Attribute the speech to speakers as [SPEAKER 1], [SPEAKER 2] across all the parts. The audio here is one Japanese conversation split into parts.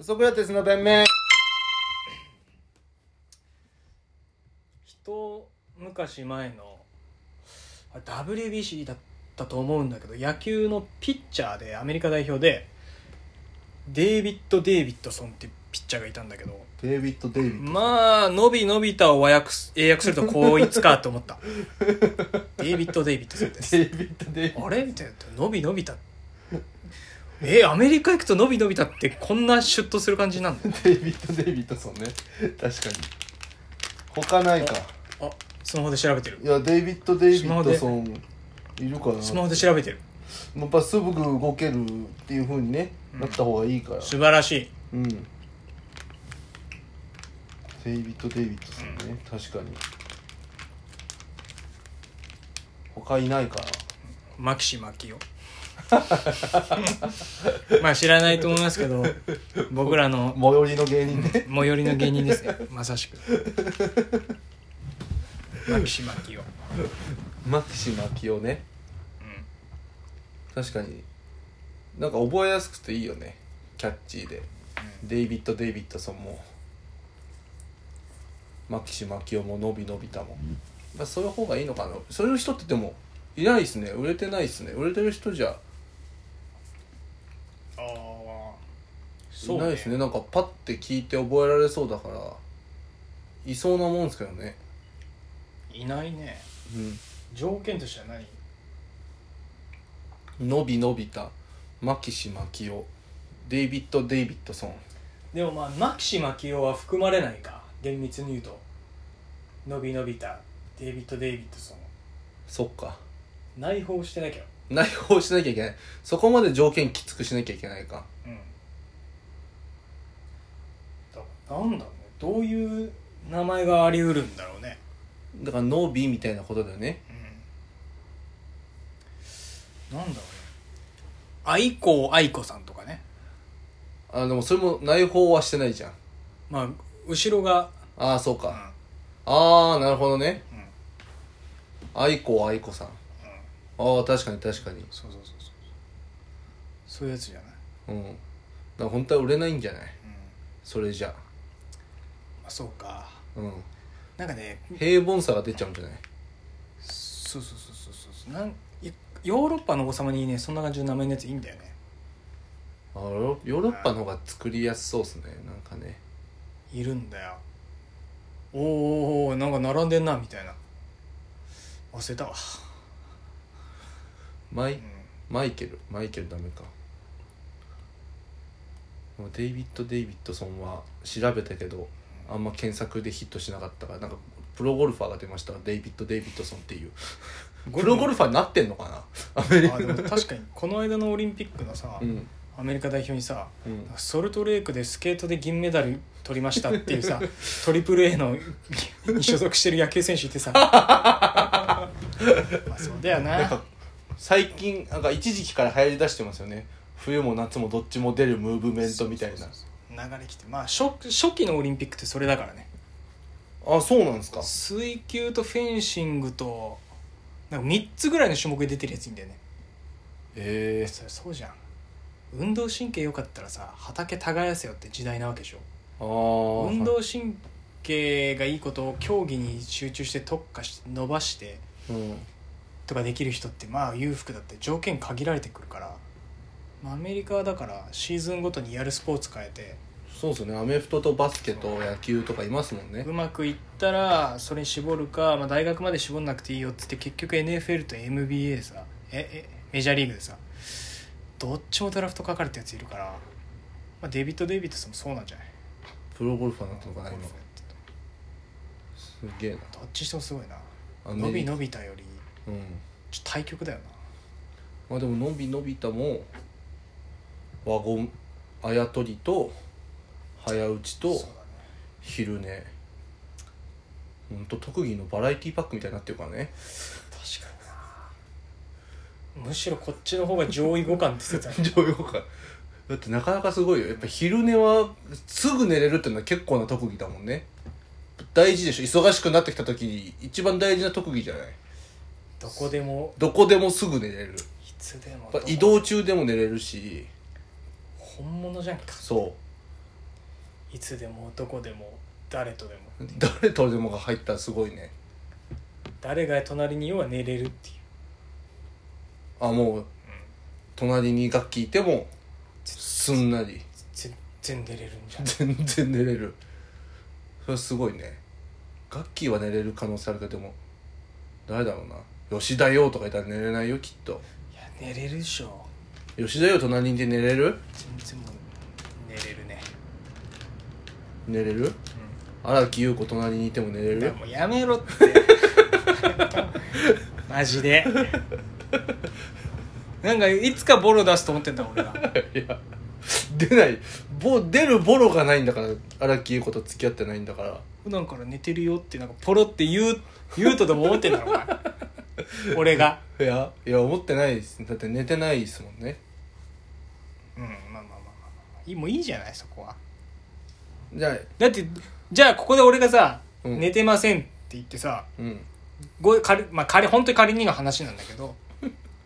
[SPEAKER 1] ソクラテスの弁明
[SPEAKER 2] 一昔前のあ WBC だったと思うんだけど野球のピッチャーでアメリカ代表でデイビッド・デイビッドソンっていうピッチャーがいたんだけど
[SPEAKER 1] デイビッド・デイビッド
[SPEAKER 2] まあのびのびたを和訳す英訳するとこいつかと 思ったデイビッド・デイビッドソンです
[SPEAKER 1] デイビッド・デイビッド
[SPEAKER 2] あれみたいなのびのびたえアメリカ行くとのびのびたってこんなシュッとする感じなんだ
[SPEAKER 1] デイビッド・デイビッドソンね確かに他ないか
[SPEAKER 2] あスマホで調べてる
[SPEAKER 1] いやデイビッド・デイビッドソンいるかな
[SPEAKER 2] スマホで調べてる
[SPEAKER 1] やっぱすぐ動けるっていうふうにね、なった方がいいから
[SPEAKER 2] 素晴らしい
[SPEAKER 1] うんデイビッド・デイビッドソンね、確かに他いないかな
[SPEAKER 2] マキシマキよ まあ知らないと思いますけど僕らの
[SPEAKER 1] 最寄りの芸人ね
[SPEAKER 2] 最寄りの芸人ですねまさしくマキシマキよ
[SPEAKER 1] マキシマキオね
[SPEAKER 2] うん
[SPEAKER 1] 確かになんか覚えやすくていいよねキャッチーで、デイビッド・デイビッドソンもマキシマキオものびのびたも、まあ、そういう方がいいのかなそういう人ってでもいないですね売れてないですね売れてる人じゃ
[SPEAKER 2] ああ
[SPEAKER 1] いないですねなんかパッて聞いて覚えられそうだからいそうなもんですけどね
[SPEAKER 2] いないね
[SPEAKER 1] う
[SPEAKER 2] 条件としては何
[SPEAKER 1] んのびのびたマキシマキオデイビッド・デイビッドソン
[SPEAKER 2] でもまあマキシマキオは含まれないか厳密に言うとのびのびたデイビッド・デイビッドソン
[SPEAKER 1] そっか
[SPEAKER 2] 内包してなきゃ
[SPEAKER 1] 内包しなきゃいけないそこまで条件きつくしなきゃいけないか
[SPEAKER 2] うんだからなんだろうねどういう名前がありうるんだろうね
[SPEAKER 1] だからノービーみたいなことだよね
[SPEAKER 2] うんなんだろうね愛子愛子さんとかね
[SPEAKER 1] あでもそれも内包はしてないじゃん
[SPEAKER 2] まあ後ろが、
[SPEAKER 1] ああそう
[SPEAKER 2] うん
[SPEAKER 1] か、ああなるほどね
[SPEAKER 2] うん、
[SPEAKER 1] 愛子愛子さん、ああ確かに確かに
[SPEAKER 2] そうそうそうそうそういうやつじゃない、
[SPEAKER 1] うんだから本当は売れないんじゃない
[SPEAKER 2] うん
[SPEAKER 1] それじゃ
[SPEAKER 2] まあ、そうか
[SPEAKER 1] うん
[SPEAKER 2] なんかね
[SPEAKER 1] 平凡さが出ちゃうんじゃない
[SPEAKER 2] そうそうそうそうそうそうなんいヨーロッパの王様にねそんな感じの名前のやついいんだよね
[SPEAKER 1] あーヨヨーロッパの方が作りやすそうっすねなんかね
[SPEAKER 2] いるんだよおーおーおーなんか並んでんなみたいな忘れたわ、
[SPEAKER 1] マ
[SPEAKER 2] う
[SPEAKER 1] イ
[SPEAKER 2] ん、
[SPEAKER 1] マイケルマイケルダメかでもデイビッド・デイビッドソンは調べたけどあんま検索でヒットしなかったからなんかプロゴルファーが出ましたデイビッド・デイビッドソンっていうプロゴルファーになってんのかなアメリカ
[SPEAKER 2] あでも確かにこの間のオリンピックのさ、
[SPEAKER 1] うん
[SPEAKER 2] アメリカ代表にさ
[SPEAKER 1] うん
[SPEAKER 2] ソルトレークでスケートで銀メダル取りましたっていうさ トリプル A の に所属してる野球選手い てさまあそうだよ
[SPEAKER 1] なん
[SPEAKER 2] な
[SPEAKER 1] か最近なんか一時期から流行りだしてますよね冬も夏もどっちも出るムーブメントみたいな
[SPEAKER 2] 流れきてまあ初初期のオリンピックってそれだからね
[SPEAKER 1] あそうなんですか
[SPEAKER 2] 水球とフェンシングとなんか3つぐらいの種目で出てるやついいんだよね
[SPEAKER 1] え
[SPEAKER 2] そりゃそうじゃん運動神経良かったらさ畑耕せよって時代なわけでしょ
[SPEAKER 1] ー、ああ
[SPEAKER 2] 運動神経がいいことを競技に集中して特化して伸ばして
[SPEAKER 1] うん
[SPEAKER 2] とかできる人ってまあ裕福だって条件限られてくるから、まあ、アメリカはだからシーズンごとにやるスポーツ変えて
[SPEAKER 1] そうですよねアメフトとバスケと野球とかいますもんね
[SPEAKER 2] うまくいったらそれに絞るか、まあ、大学まで絞んなくていいよっつって結局 NFL と NBA さええメジャーリーグでさどっちもドラフトかかるってやついるから、まあ、デイビッド・デイビッドさんもそうなんじゃない
[SPEAKER 1] プロゴルファーになったのかな今
[SPEAKER 2] ど
[SPEAKER 1] すげえな
[SPEAKER 2] っちにしてもすごいな
[SPEAKER 1] アメ
[SPEAKER 2] 伸び
[SPEAKER 1] リカ
[SPEAKER 2] 伸びたより
[SPEAKER 1] うん
[SPEAKER 2] ちょっと対局だよな
[SPEAKER 1] まあでものびのびたも輪ゴムあやとりと早打ちと
[SPEAKER 2] そうだね
[SPEAKER 1] 昼寝ほんと特技のバラエティパックみたいになってるからね
[SPEAKER 2] 確かになむしろこっちの方が上位互換って説ある
[SPEAKER 1] 上位感だってなかなかすごいよやっぱ昼寝はすぐ寝れるっていうのは結構な特技だもんね大事でしょ忙しくなってきた時に一番大事な特技じゃない
[SPEAKER 2] どこでも
[SPEAKER 1] どこでもすぐ寝れる
[SPEAKER 2] いつでも
[SPEAKER 1] やっぱ移動中でも寝れるし
[SPEAKER 2] 本物じゃんか
[SPEAKER 1] そう
[SPEAKER 2] いつでもどこでも誰とでも
[SPEAKER 1] 誰とでもが入ったらすごいね
[SPEAKER 2] 誰が隣にいようは寝れるっていう
[SPEAKER 1] あもう隣に楽器いてもすんなり
[SPEAKER 2] 全然寝れるんじゃない
[SPEAKER 1] 全然寝れるそれはすごいね楽器は寝れる可能性あるけどでも誰だろうな吉田洋とかいたら寝れないよきっと
[SPEAKER 2] いや寝れるでしょ
[SPEAKER 1] 吉田洋隣にいて寝れる
[SPEAKER 2] 全然もう寝れるね
[SPEAKER 1] 寝れる
[SPEAKER 2] う
[SPEAKER 1] 荒木優子隣にいても寝れ
[SPEAKER 2] んだ
[SPEAKER 1] る
[SPEAKER 2] からもうやめ ろってマジでなんかいつかボロ出すと思ってんだ俺はい
[SPEAKER 1] や出ないボ出るボロがないんだから荒木優子と付き合ってないんだから
[SPEAKER 2] 普段から寝てるよってなんかポロって言う言うとでも思ってんだろ お前俺が
[SPEAKER 1] いやいや思ってないですだって寝てないですもんね
[SPEAKER 2] うんまあまあまあまあまあいいもういいじゃないそこは
[SPEAKER 1] じゃあ
[SPEAKER 2] だってじゃあここで俺がさ、
[SPEAKER 1] うん
[SPEAKER 2] 寝てませんって言ってさ
[SPEAKER 1] うん
[SPEAKER 2] ご仮まあ仮本当に仮にの話なんだけど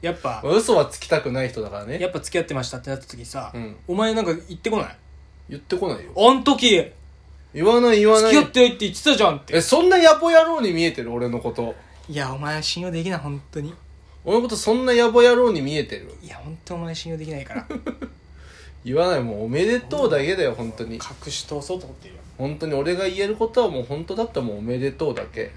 [SPEAKER 2] やっぱ
[SPEAKER 1] まあ嘘はつきたくない人だからね
[SPEAKER 2] やっぱ付き合ってましたってなった時さ、
[SPEAKER 1] うん
[SPEAKER 2] お前なんか言ってこない
[SPEAKER 1] 言ってこないよ
[SPEAKER 2] あん時
[SPEAKER 1] 言わない言わ
[SPEAKER 2] 付
[SPEAKER 1] ない
[SPEAKER 2] き合ってないって言ってたじゃんって
[SPEAKER 1] えそんな野暮野郎に見えてる俺のこと
[SPEAKER 2] いやお前信用できない本当に
[SPEAKER 1] 俺のことそんな野暮野郎に見えてる
[SPEAKER 2] いや本当お前信用できないから
[SPEAKER 1] 言わないもうおめでとうだけだよ本当に
[SPEAKER 2] 隠し通そうと思ってるよ
[SPEAKER 1] 本当に俺が言えることはもう本当だったらもうおめでとうだけ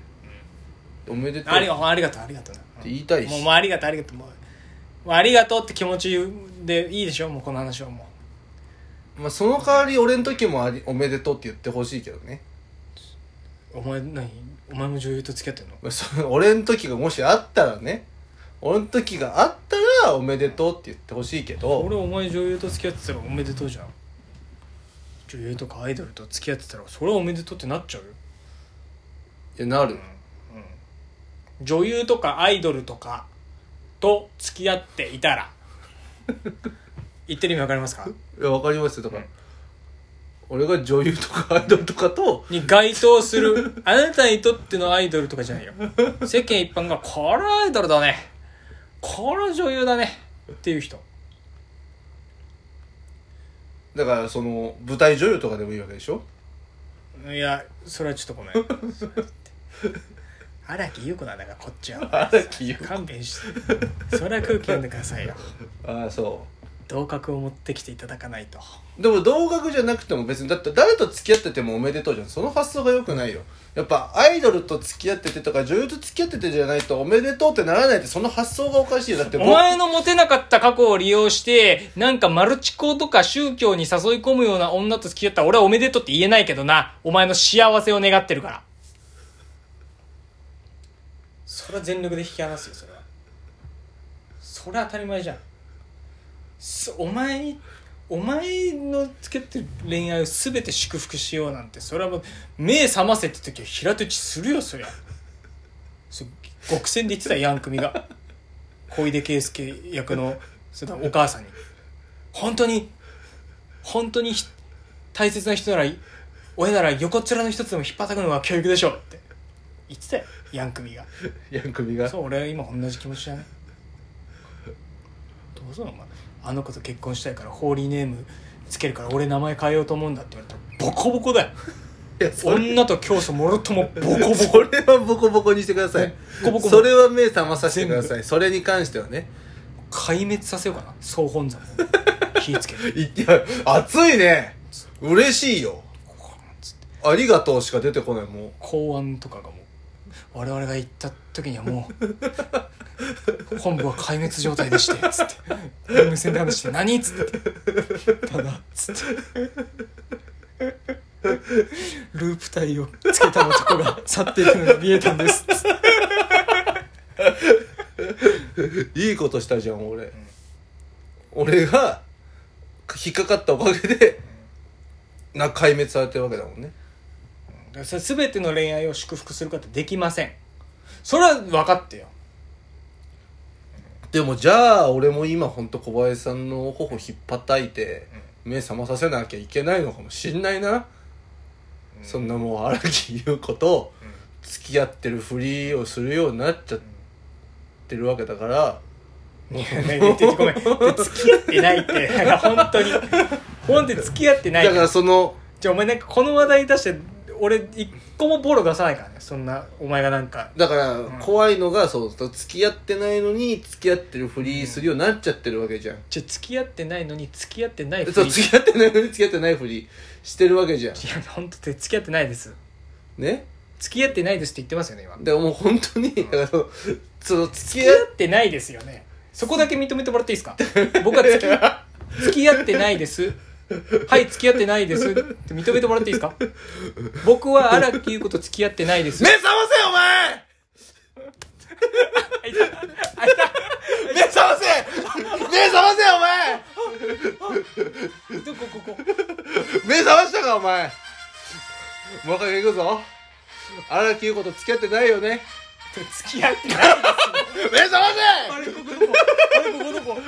[SPEAKER 1] おめでとう
[SPEAKER 2] あり
[SPEAKER 1] っ
[SPEAKER 2] がとうありがとうありがとうな
[SPEAKER 1] て言いたい
[SPEAKER 2] もう
[SPEAKER 1] し
[SPEAKER 2] もうありがとうありがとうもうもうありがとうって気持ちでいいでしょもうこの話はも
[SPEAKER 1] まあその代わり俺の時もありおめでとうって言ってほしいけどね
[SPEAKER 2] うお前何お前も女優と付き合ってんの
[SPEAKER 1] まあその 俺の時がもしあったらね俺の時があったらおめでとうって言ってほしいけど
[SPEAKER 2] 俺お前女優と付き合ってたらおめでとうじゃん女優とかアイドルと付き合ってたらそれはおめでとうってなっちゃうよ、
[SPEAKER 1] いやなる
[SPEAKER 2] うん、女優とかアイドルとかと付き合っていたら 言ってる意味わかりますか
[SPEAKER 1] いやわかりますよだから、俺が女優とかアイドルとかと
[SPEAKER 2] に該当する あなたにとってのアイドルとかじゃないよ世間一般がこれはアイドルだねこれは女優だねっていう人
[SPEAKER 1] だからその舞台女優とかでもいいわけでしょ
[SPEAKER 2] いやそれはちょっとごめん 荒木優子なんだからこっちは
[SPEAKER 1] 荒木優
[SPEAKER 2] 勘弁してそれは空気読んでくださいよ
[SPEAKER 1] ああそ
[SPEAKER 2] 同格を持ってきていただかないと
[SPEAKER 1] うでも同額じゃなくても別にだって誰と付き合っててもおめでとうじゃんその発想が良くないよやっぱアイドルと付き合っててとか女優と付き合っててじゃないとおめでとうってならないってその発想がおかしいよだって
[SPEAKER 2] お前のモテなかった過去を利用してなんかマルチコとか宗教に誘い込むような女と付き合ったら俺はおめでとうって言えないけどなお前の幸せを願ってるからそれは全力で引き離すよそれはそれは当たり前じゃんそお前にお前の付き合ってる恋愛を全て祝福しようなんてそれはもう目覚ませって時は平手打ちするよそりゃそ極戦で言ってたよヤン組が小出圭介役のそのお母さんに本当に本当にひ大切な人なら親なら横っ面の一つでも引っ張たくのが教育でしょうって言ってたよヤン組が
[SPEAKER 1] ヤン首が
[SPEAKER 2] そう俺は今同じ気持ちだねどうぞお前あの子と結婚したいからホーリーネームつけるから俺名前変えようと思うんだって言われたらボコボコだよ
[SPEAKER 1] いやそれ
[SPEAKER 2] 女と教祖もろともボコボ
[SPEAKER 1] そ
[SPEAKER 2] コ
[SPEAKER 1] れはボコボコにしてください
[SPEAKER 2] ボコボコ
[SPEAKER 1] それは目覚まさせてくださいそれに関してはね
[SPEAKER 2] 壊滅させようかな総本山を火つけて
[SPEAKER 1] いや熱いね嬉しいよ
[SPEAKER 2] つって
[SPEAKER 1] ありがとうしか出てこないもう
[SPEAKER 2] 公安とかがもう我々が行った時にはもう本部は壊滅状態でしてつって無線で話して「何?」っつって「ただ」っつってループ体をつけた男が去っていくのが見えたんですっつって
[SPEAKER 1] いいことしたじゃん俺、俺が引っかかったおかげで、な壊滅されてるわけだもんね
[SPEAKER 2] だからそれ全ての恋愛を祝福することはできませんそれは分かってよ
[SPEAKER 1] でもじゃあ俺も今ほんと小林さんの頬引っ叩いて、目覚まさせなきゃいけないのかもしんないな、そんなもう荒木優子と付き合ってるふりをするようになっちゃってるわけだから、
[SPEAKER 2] いやいやいやごめんで付き合ってないってだから本当に本当に付き合ってない
[SPEAKER 1] だからその
[SPEAKER 2] じゃあお前なんかこの話題出して俺一個もボロ出さないからねそんなお前がなんか
[SPEAKER 1] だから怖いのがそう付き合ってないのに付き合ってるふりするようになっちゃってるわけじゃん、
[SPEAKER 2] じゃあ付き合ってないのに付き合ってないふり
[SPEAKER 1] そう付き合ってないのに付き合ってないふりしてるわけじゃん
[SPEAKER 2] いや本当で付き合ってないです
[SPEAKER 1] ね
[SPEAKER 2] 付き合ってないですって言ってますよね今
[SPEAKER 1] でもう本当にだからそのその付
[SPEAKER 2] 付
[SPEAKER 1] き
[SPEAKER 2] き
[SPEAKER 1] 合
[SPEAKER 2] 合
[SPEAKER 1] っ
[SPEAKER 2] ってないですよねそこだけ認めてもらっていいですか僕は付き合 付き合ってないですはい付き合ってないですって認めてもらっていいですか僕は荒木優子と付き合ってないです
[SPEAKER 1] 目覚ませお前
[SPEAKER 2] あいたあい
[SPEAKER 1] 目覚ませ目覚ませお前
[SPEAKER 2] たどこここ
[SPEAKER 1] 目覚ましたかお前もう一回行くぞ荒木優子と付き合ってないよね
[SPEAKER 2] 付き合ってない
[SPEAKER 1] 目覚ま
[SPEAKER 2] あ
[SPEAKER 1] せ
[SPEAKER 2] れここどこあれここどこ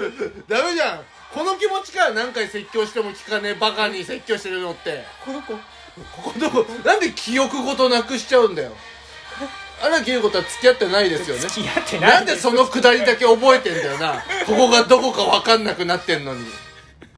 [SPEAKER 1] ダメじゃんこの気持ちから何回説教しても聞かねえバカに説教してるのって
[SPEAKER 2] この子
[SPEAKER 1] ここどこなんで記憶ごとなくしちゃうんだよ荒木優子とは付き合ってないですよね
[SPEAKER 2] 付き合ってない
[SPEAKER 1] なんでそのくだりだけ覚えてんだよなここがどこか分かんなくなってんのに